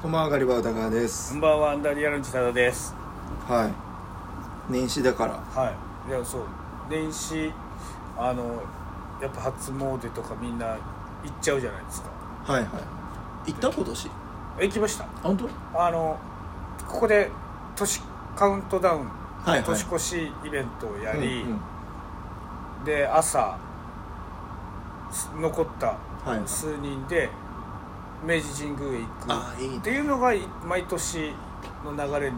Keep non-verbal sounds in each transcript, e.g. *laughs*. こんばんはガリバー歌川でこすんばんはアンダーリアルの千田ですはい年始だからはいいやそう年始あのやっぱ初詣とかみんな行っちゃうじゃないですかはいはい行った今年え行きました本当あのここで年カウントダウン、はいはい年越しイベントをやり、うんうんで朝す残ったはいはい数人で明治神宮へ行く、あーいいねっていうのが毎年の流いいれにね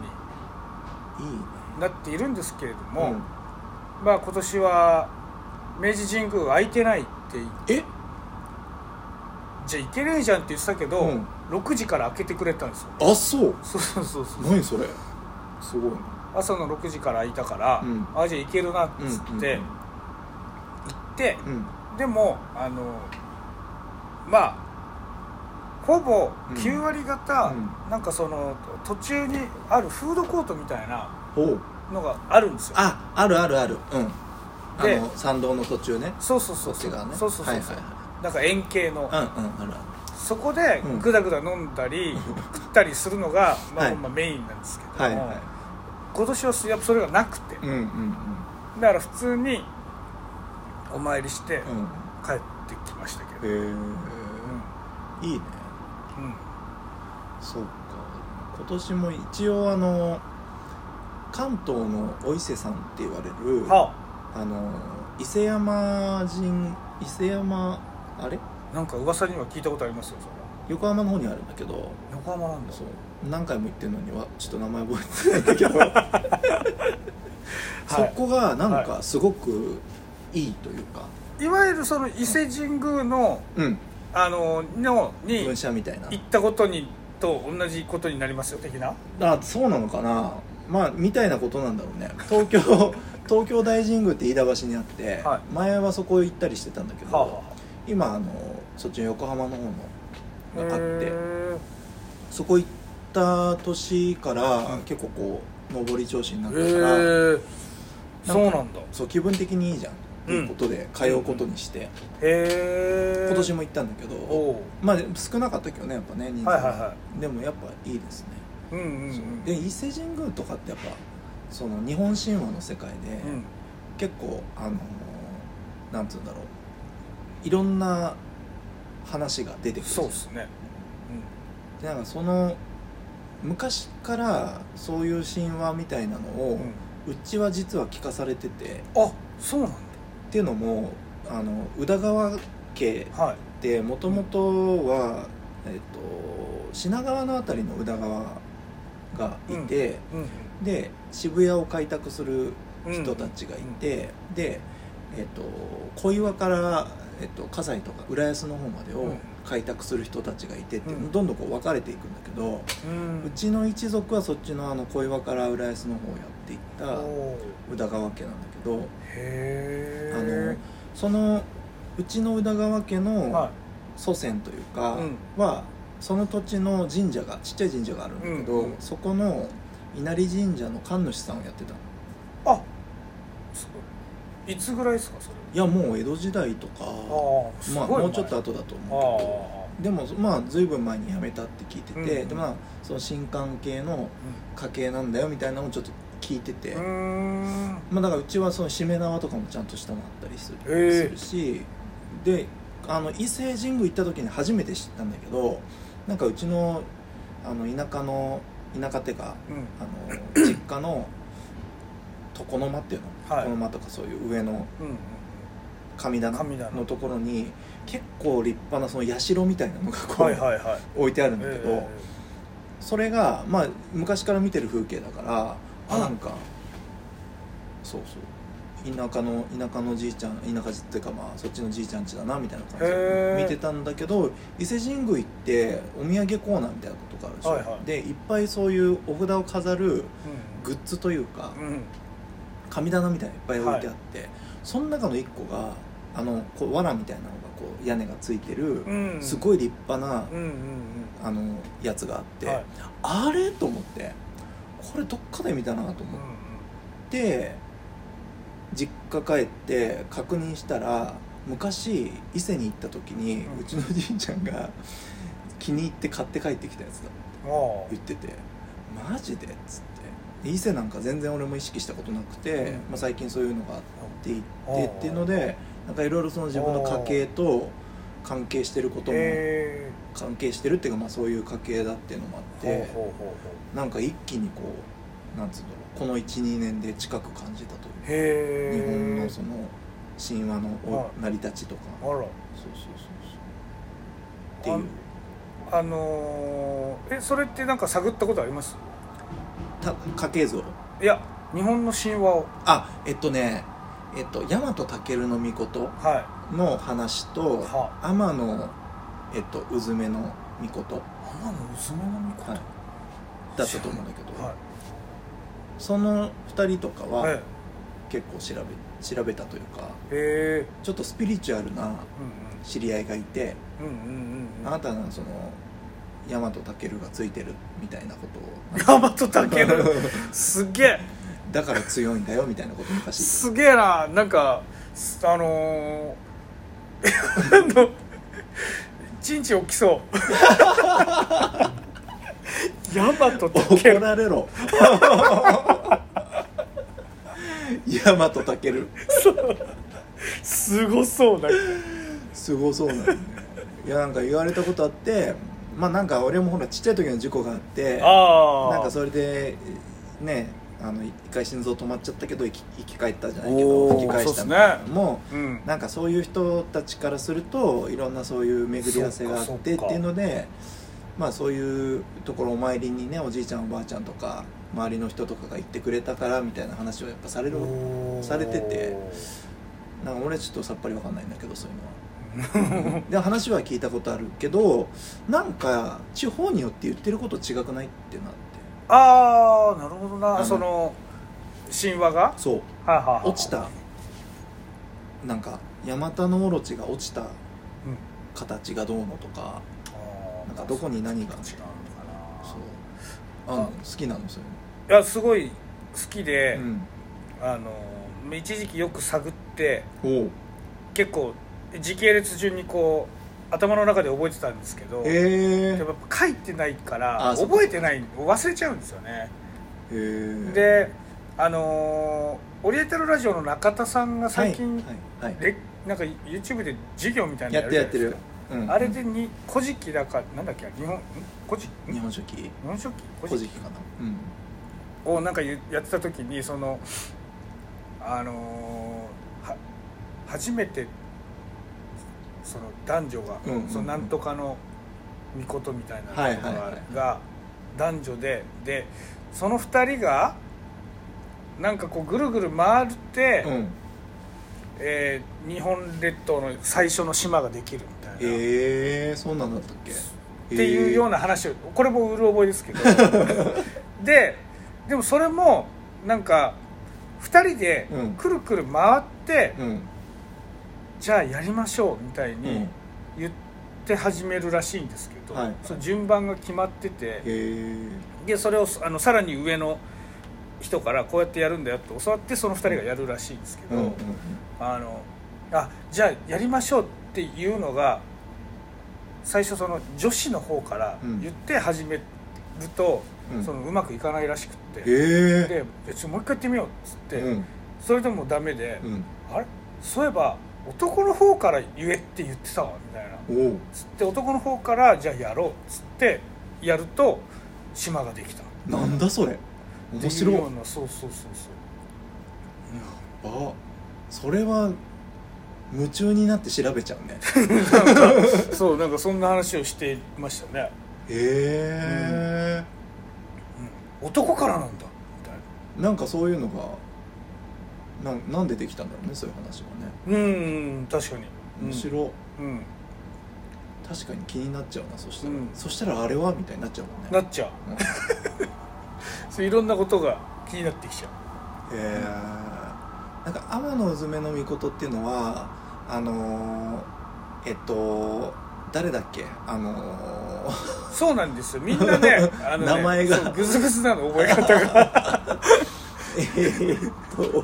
なっているんですけれども、うんまあ今年は明治神宮空いてないってえじゃあ行けねえじゃんって言ってたけど、うん6時から開けてくれたんですよあそうそうそうそうそう何それすごいな朝の6時から空いたから、うんあじゃあ行けるなっつって、うんうん行って、うんでもあのまあほぼうん9割方、うなんかその途中にあるフードコートみたいなほうのがあるんですよああるあるあるうんあでの参道の途中ねそうそうそうそそっうち側ねそうそうそう、はいはいなんか円形の、うんうんあるあるそこでうんぐだぐだ飲んだ *laughs* り、食ったりするのが、まあはいまあ、メインなんですけども、はいは今年はやっぱそれがなくて、いうんうんだから普通にお参りしてうんうん帰ってきましたけど、へうんえいいねうんそうか今年も一応あの関東のお伊勢さんって言われるはあの伊勢山神伊勢山あれあなんか噂には聞いたことありますよそれ横浜の方にあるんだけど横浜なんだそう何回も行ってるのにはちょっと名前覚えてないんだけ *laughs* ど、そこがなんかすごくいいというか、いわゆるその伊勢神宮のうんあののに分行社みたいなったことにと同じことになりますよ的なあそうなのかなまあみたいなことなんだろうね東京東京大神宮って飯田橋にあって、はい前はそこ行ったりしてたんだけど、はあは今あのそっちの横浜の方あのがあってへーそこ行った年から結構こう上り調子になってから、へえそうななんだへそう気分的にいいじゃんとうんいうことで通うことにして、え今年もも行ったんだけど、おうまあ少なかったけどねやっぱね人数が、はいはいはでもやっぱいいですね、うんうんうんで伊勢神宮とかってやっぱその日本神話の世界で、うん結構あのーなんつうんだろういろんな話が出てくるそうですねでなんかその昔からそういう神話みたいなのうをん、うん、うちは実は聞かされててあそうなんっていうのもあの宇田川家だはいってもともとは、えっと品川の辺りの宇田川がいて、うんで渋谷を開拓するうん人たちがいて、で、えっと小岩から、えっと葛西とか浦安の方までうをん開拓する人たちがいてって、うんどんどんこう分かれていくんだけど、うんうちの一族はそっちのあの小岩から浦安の方をやっていったおう宇田川家なんだけど、へあのえそのうちの宇田川家のは祖先というか、うんはその土地の神社がちっちゃい神社があるんだけど、うんうんそこの稲荷神社の神主さんをやってたのいあそういつぐらいですかそれいやもう江戸時代とかああすごまあ、いもうちょっとあ後だとあ思うけどでもまあ随分前に辞めたって聞いてて、うんうんでまあその新官系の家系なんだよみたいなのをちょっと聞いてて、うーんまあ、だからうちはそのしめ縄とかもちゃんとしたのあったりする,、へえするしであの伊勢神宮行った時に初めて知ったんだけどなんかうちのあの田舎の田舎っていうかうんあ *coughs* の実家の床の間っていうの、はい床の間とかそういう上のうんうん神棚神棚のところに結構立派なその社みたいなのがこう、はいはいはい置いてあるんだけど、えそれが、まあ、昔から見てる風景だからああなんかそうそう田舎の田舎のじいちゃん田舎じっていうかまあそっちのじいちゃん家だなみたいな感じでへー見てたんだけど伊勢神宮行ってお土産コーナーみたいなことがあるでしょ、はいはいでいっぱいそういうお札を飾るえグッズというかうんうん神棚みたいなのいっぱい置いてあって、その中の1個があのこう藁みたいなのがこう屋根がついてる、うんすごい立派な、うんうんあのやつがあって、はいあれと思ってこれどっかで見たなとうんう思っんて、実家帰って確認したら昔伊勢に行った時に、ううんちのじいちゃんが気に入って買って帰ってきたやつだあ言ってて「マジで?」っつってで伊勢なんか全然俺も意識したことなくて、うんまあ、最近そういうのがあっていっあてーっていうのでなんかいろいろその自分の家系と関係してることもえ関係してるっていうか、まあ、そういう家系だっていうのもあっえてほうほうほうほなんか一気にこうなんつうんだろうこの12年で近く感じたといううへ日え本のその神話のおは成り立ちとかそうあらそうそうそうっていうあのーえそれってなんか探ったことありますた家系図をいや日本の神話をあえっとねえっと大和尊の命はの話いとは天のえっとうずめの命天の娘の御事はいだったと思うんだけど、はいその2人とかはいは結構調べ調べたというかえちょっとスピリチュアルなえう知り合いがいて、んうんうんうんうんあなたのその大和尊がついてるみたいなことを *laughs* 頑張っとったっけどすげえだから強いんだよみたいなこと昔すげえななんかすあのー、あ *laughs* のちんちん起きそう *laughs* ヤマトタケ怒ルられ *laughs* ろ大和尊すごそうなすごそうなんだよねいやなんか言われたことあってまあなんか俺もほらちっちゃい時の事故があってああなんかそれでねあの一回心臓止まっちゃったけど生き生き返ったじゃないけおどー吹き返したそうっすみねたいなのもうんなんかそういう人たちからするといろんなそういう巡り合わせがあってそっっかそっかていうのでまあそういうところお参りにねおじいちゃんおばあちゃんとか周りの人とかが行ってくれたからみたいな話をやっぱされるされててなんか俺ちょっとさっぱりわかんないんだけどそういうのは。で話は聞いたことあるけどなんか地方によって言ってること違くないってなって *laughs* ああなるほどなあのその神話がはいそうはいはい落ちたなんかヤマタノオロチが落ちたうん形がどうのとかあーなんかどこに何が違うのかなそうあのあ好きなのそういやすごい好きいでう、のあの一時期よく探ってうんおう結構時系列順にこう頭の中で覚えてたんですけど、へでもやっぱ書いてないからあそう覚えてない忘れちゃうんですよね、えへえであのーオリエンタルラジオの中田さんが最近、はいはいはいれなんか YouTube で授業みたいなやっのてじやゃなっいてすかるうんあれでに「古事記」だかなんだっけ日本ん古事日本書紀日本書紀古事記かなうんをなんかゆやってた時にそのあのーは初めてその男女が、うんうんうんそのなんとかの御事みたいなのが,、はいはいはいが男女ででその二人がなんかこうぐるぐる回って、うんえー日本列島の最初の島ができるみたいへな、えそうなんだったっけっていうような話をこれもうる覚えです *laughs* けどででもそれもなんか2人でうんくるくる回って、へーうんじゃあやりましょうみたいうにん言って始めるらしいんですけど、はいその順番が決まっててへえでそれをあのさらに上の人からこうやってやるんだよって教わってその2人がやるらしいんですけど、うんうんあのあじゃあやりましょうっていうのが最初その女子の方からうん言って始めると、うんそのうまくいかないらしくって、へえでえちょもう一回やってみようっつって、うんそれでもダメで、うんあれそういえば男の方から言えって言ってたわみたいなおうつって男の方からじゃあやろうっつってやると島ができたなんだそれ面白っていういようなそうそうそうそあそれは夢中になって調べちゃう *laughs* ねう、そうなんかそんな話をしてましたねへえ、うん男からなんだみたいななんかそういうのがなんなんでできたんだろうねそういう話はねうん確かにむしいろ、うん、確かに気になっちゃうなそしたら、うんそしたらあれはみたいになっちゃうもんねなっちゃううんへ *laughs* そういろんなことが気になってきちゃうえなんか天のうずめの御事っていうのはあのーえっと誰だっけあのーそうなんですよみん *laughs* なねあのね名前がそうグズグズなの覚え方が *laughs* えっと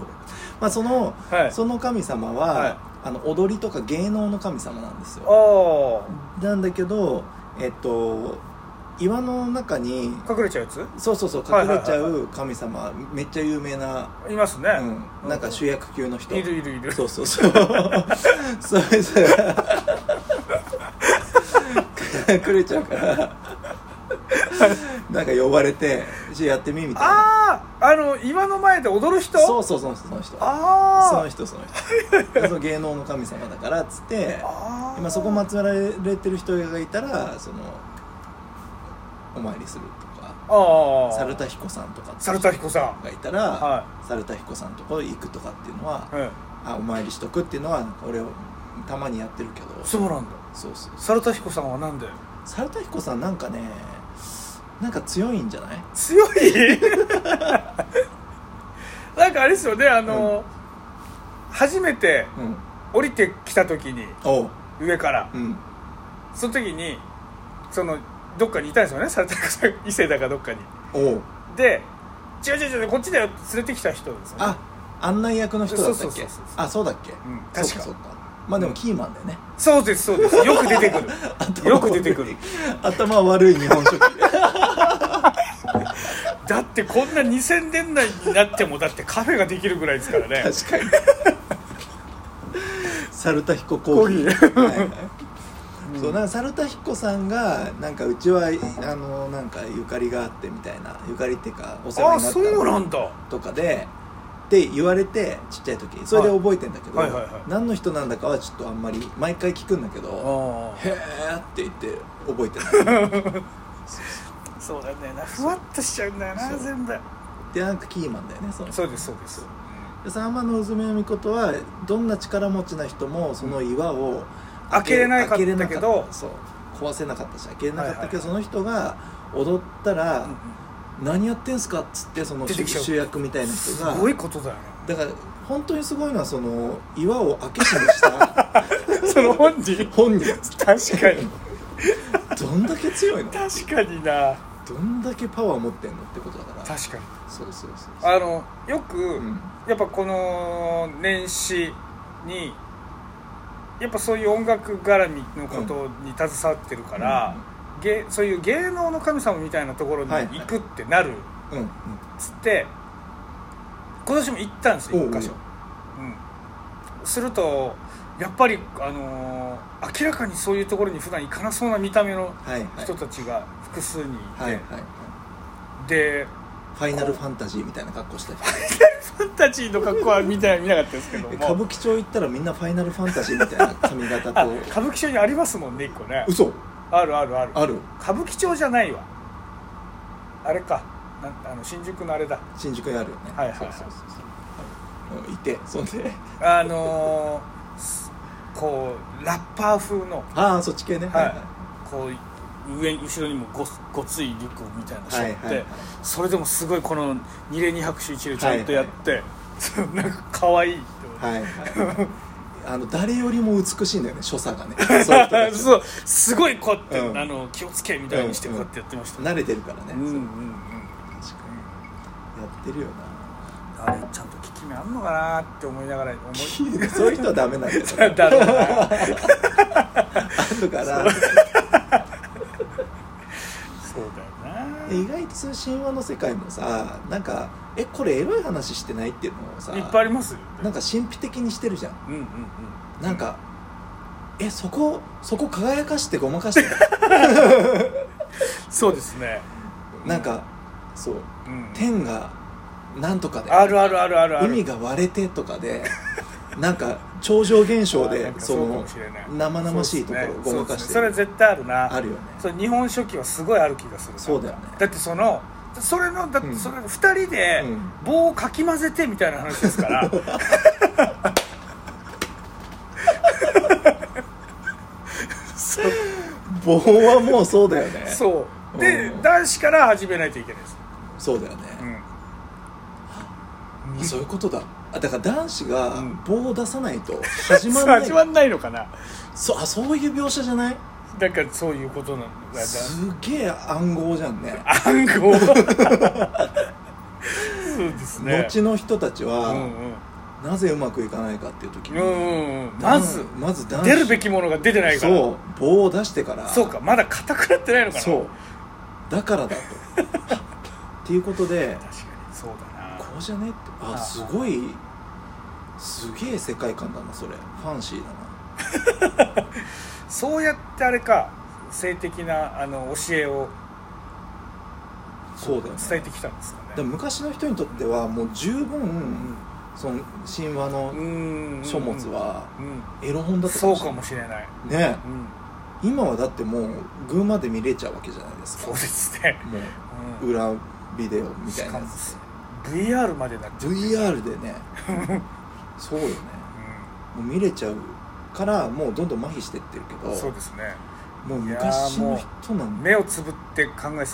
まあそのはいその神様は、はいあの踊りとか芸能の神様なんですよあなんだけどえっと岩の中に隠れちゃうやつそうそうそうはい隠はいれはいちゃう神様めっちゃ有名な、いますね、うん、なんか主役級の人いるいるいるそうそうそう *laughs* それ *laughs* それ隠れちゃう *laughs* からなんか呼ばれて「じゃあやってみ」みたいなあああの岩の前で踊る人そうそうそうその人あそのあ人その人その芸能の神様だからっつってあー今そこ祀られてる人がいたらそのお参りするとかああ猿田彦さんとか猿田彦さんがいたら、は猿田彦さんとこ行くとかっていうのは、うんあお参りしとくっていうのはなんか俺たまにやってるけどそそうなんだうそう猿田彦さんはなんで猿田彦さんなんかねなんか強いんじゃない強い *laughs* なんかあれですよねあの、初めてうん降りてきた時におう上からうんその時にそのどっかにいたんですよね猿田彦さん伊勢だかどっかにおうで「違う違う違うこっちだよ」って連れてきた人ですよねあ案内役の人だったっそうそうけそうそうあそうだっけ、ん確そかうそうかまあでもキーマンだよね、 *laughs* そうですそうですよく出てくる頭よく出てくる頭悪い日本食だってこんな2000年代になってもだってカフェができるぐらいですからね確か *laughs* に猿田彦コーヒーコーはいはいそうなんか猿田彦さんがなんかうちはあのなんかゆかりがあってみたいなゆかりっていうかお世あ話あになっそうなたんだとかでって言われてちっちゃい時それで覚えてんだけど、はいはいはいはい何の人なんだかはちょっとあんまり毎回聞くんだけどあへえって言って覚えてないあそうだねふわっとしちゃうんだよそなう全部 *laughs* でなんかキーマンだよねその人そうですそうですで三間のうずめみことはどんな力持ちな人もその岩を開けれなかったけ開どれなかったそう壊せなかったし開けれなかったけど、その人が踊ったらうんうん「何やってんすか?」っつってその出て主きちゃう主役みたいな人すがごいことだよねだから本当にすごいのはその岩を開け閉めしたその *laughs* 本人本人確かにどんだけ強いの確かになどんだけパワー持ってんのってことだから確かにそうそうそうそうあのよく、うんやっぱこの年始にやっぱそういう音楽絡みのことに携わってるから、芸そういう芸能の神様みたいなところにはいはい行くってなるうんうんっつって、今年も行ったんですよおう1箇所、うん、するとやっぱり、あのー明らかにそういうところに普段行かなそうな見た目のはいはい人たちが複数にいて、はいはいはいでファイナルファンタジーみたいな格好した人ファンタジーの格好は見た見なかったですけどもえ歌舞伎町行ったらみんなファイナルファンタジーみたいな髪型 *laughs* あと歌舞伎町にありますもんね一個ね嘘あるあるあるある歌舞伎町じゃないわあれかなんあの新宿のあれだ新宿にあるよねはいはいはいそうそうそううんいてそん *laughs* であのーすこうラッパー風のああそっち系ねはいこう上後ろにもごごついリュックみたいなのしょっはいて、はいはいそれでもすごいこの二礼二拍手一礼ちゃんとやって、そうなんか可愛いって思ってはいはいはいあの誰よりも美しいんだよね所作が *laughs* ねそういう人たちそうすごいこうやって、うんあの気をつけみたいにしてこうやってやってました、慣れてるからね、うんうんうそうん確かにやってるよあれちゃんと効き目あんのかなって思いながら思いなそういう人はダメなんだよ *laughs* だだろうなあるからそうだよなで意外とそういう神話の世界もさなんかえこれエロい話してないっていうのをさいっぱいありますよなんか神秘的にしてるじゃんうんうんうんなんかえそこそこ輝かしてごまかして *laughs* そうですねなんかそううん天がなんとかであるあるあるあるある海が割れてとかでなんか超常現象 *laughs* あーなんでかそそうかのもしれない生々しいところそうをですごねまかしそてうるですねそれ絶対あるなあるよねそう日本書紀はすごいある気がするなそうだよねだってそのそれのだってそれ2人でうん棒をかき混ぜてみたいな話ですからそう棒はもうそうだよね *laughs* そうそうでうん男子から始めないといけないですだよね、うあそういうことだあだから男子がうん棒を出さない *laughs* と始んまらない始まんないのかなそうあそういう描写じゃないだからそういうことなんだすげえ暗号じゃんね暗号そうですね後の人たちは、うんなぜうまくいかないかっていう時うんうに、んうんま男ずまず男子出るべきものが出てないからそう棒を出してからそうかまだ硬くなってないのかなそうだからだとっていうことで確かにそうだなこうじゃねってあすごいすげえ世界観だなそれファンシーだなそうやってあれか性的なあの教えをそうだよね伝えてきたんですかねでも昔の人にとってはもう十分その神話のうん書物はうんエロ本だったそうしれかないもしれない、ねうん、今はだってもう群馬で見れちゃうわけじゃないですそうかですね、もう、うん裏ビデオみたいなやつしかも VR までなっちゃう、 VR で *laughs* ねそうよねもう見れちゃうからもうどんどん麻痺してってるけうん、そうどですねもう昔の人なんだ目をつぶって考えてたんだろ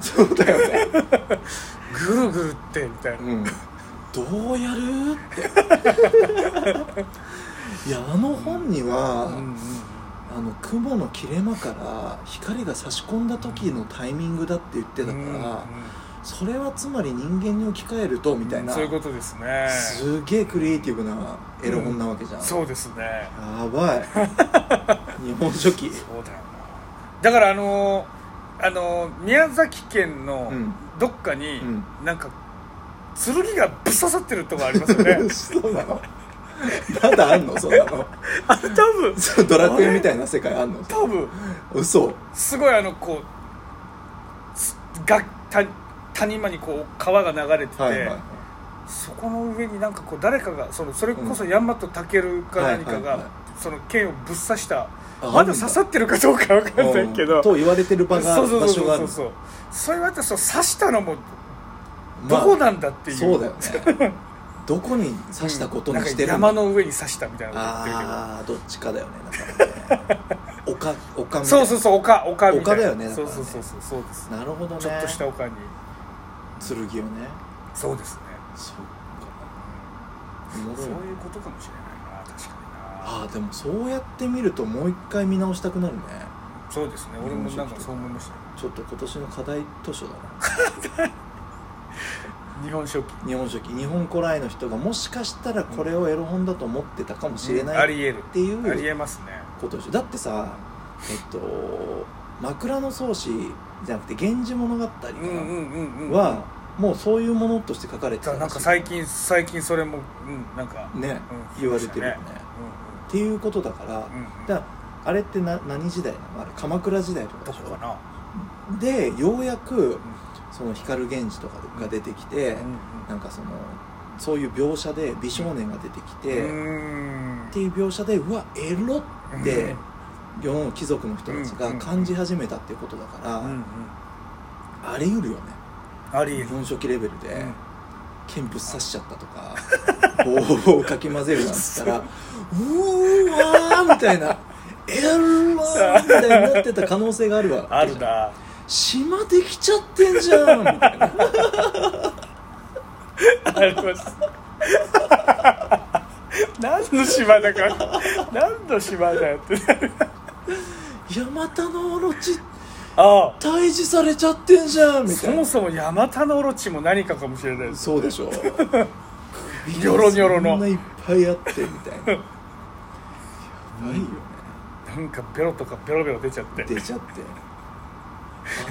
そうだよね *laughs* うなぐるぐるってみたいな、うんどうやるっていやあの本には、うんうんあの雲の切れ間から光が差し込んだ時のタイミングだって言ってたから、それはつまり人間に置き換えるとみたいな、そういうことですねすげえクリエイティブなエロ本なわけじゃん、そうですねやばい *laughs* 日本書紀そうだよなだからあのーあのー宮崎県のうんどっかに、うんなんか剣がぶっ刺さってるとこありますよ *laughs* ねそうなのまだあんのそんなのあれ多分そうドラクエみたいな世界あんの多分嘘すごいあのこうつがた谷間にこう川が流れてて、はいはいそこの上になんかこう誰かがそのそれこそヤンマトタケルか何かが、はいはいはいその剣をぶっ刺したあまだ刺さってるかどうかわかんないけど、うんと言われてる場がそうそう場そ所があうそるうそうそう言われたらそう刺したのもまどあこなんだっていう、そうだよねどこに刺したことにしてるなんか山の上に刺したみたいなこと言ってるああどっちかだよねだからね丘丘みたいけどなそうそうそう丘丘みたいな丘だよねだかそらうねそうそうそうそうです、なるほどねちょっとした丘に剣をねそうですね、そっうかんおもそろういいうことかもしれないな確かああでもそうやって見るともう一回見直したくなるねになそうですね俺もなんかそう思いましたちょっと今年の課題図書だな *laughs* 日本書紀日本書紀日本古来の人がもしかしたらこれをエロ本だと思ってたかもしれあないっりえるていありうえますねことでしょだってさえっと「枕草子」じゃなくて「源氏物語」かうんうんうんうんはもうそういうものとして書かれてただらしいなんか最近最近それもうんなんか、ねうん言われてるよねそうでっていうことだからうんうんだからあれってな何時代なのあれ鎌倉時代とかどでしこかょなでようやくその光源氏とかが出てきてうんなんかそのそういう描写で美少年が出てきうてんっていう描写でうわエロって世の貴族の人たちが感じ始めたっていうことだうんうんか、らあり得るよねありえ日る、本書紀レベルうでん剣ぶっ刺しちゃったとか棒をかき混ぜるなんて言ったら「うーわー」みたいな「えーわー」みたいになってた可能性があるわあるな島できちゃってんじゃんみたいなあります *laughs* 何の島だか何の島だよって山田のオロチああ退治されちゃってんじゃんみそたいもなそもヤマタノオロチも何かかもしれないですそうで *laughs* しょニョロニョロのそんないっぱいあってみたいなやばいよねなんかベロとかベロベロ出ちゃって出ちゃって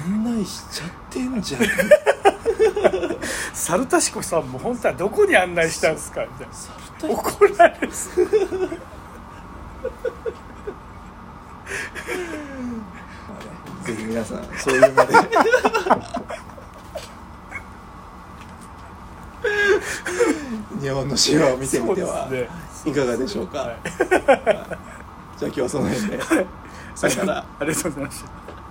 案内しちゃってんじゃんサルタシコさんも本当はどこに案内したんですかみたいなサルタイ怒られるっすまあ *laughs* ねぜひ皆さんそういうので *laughs* 日本の神話を見てみては、そうですねいかがでしょうか、はいじゃあ今日はその辺でさよならありがとうございました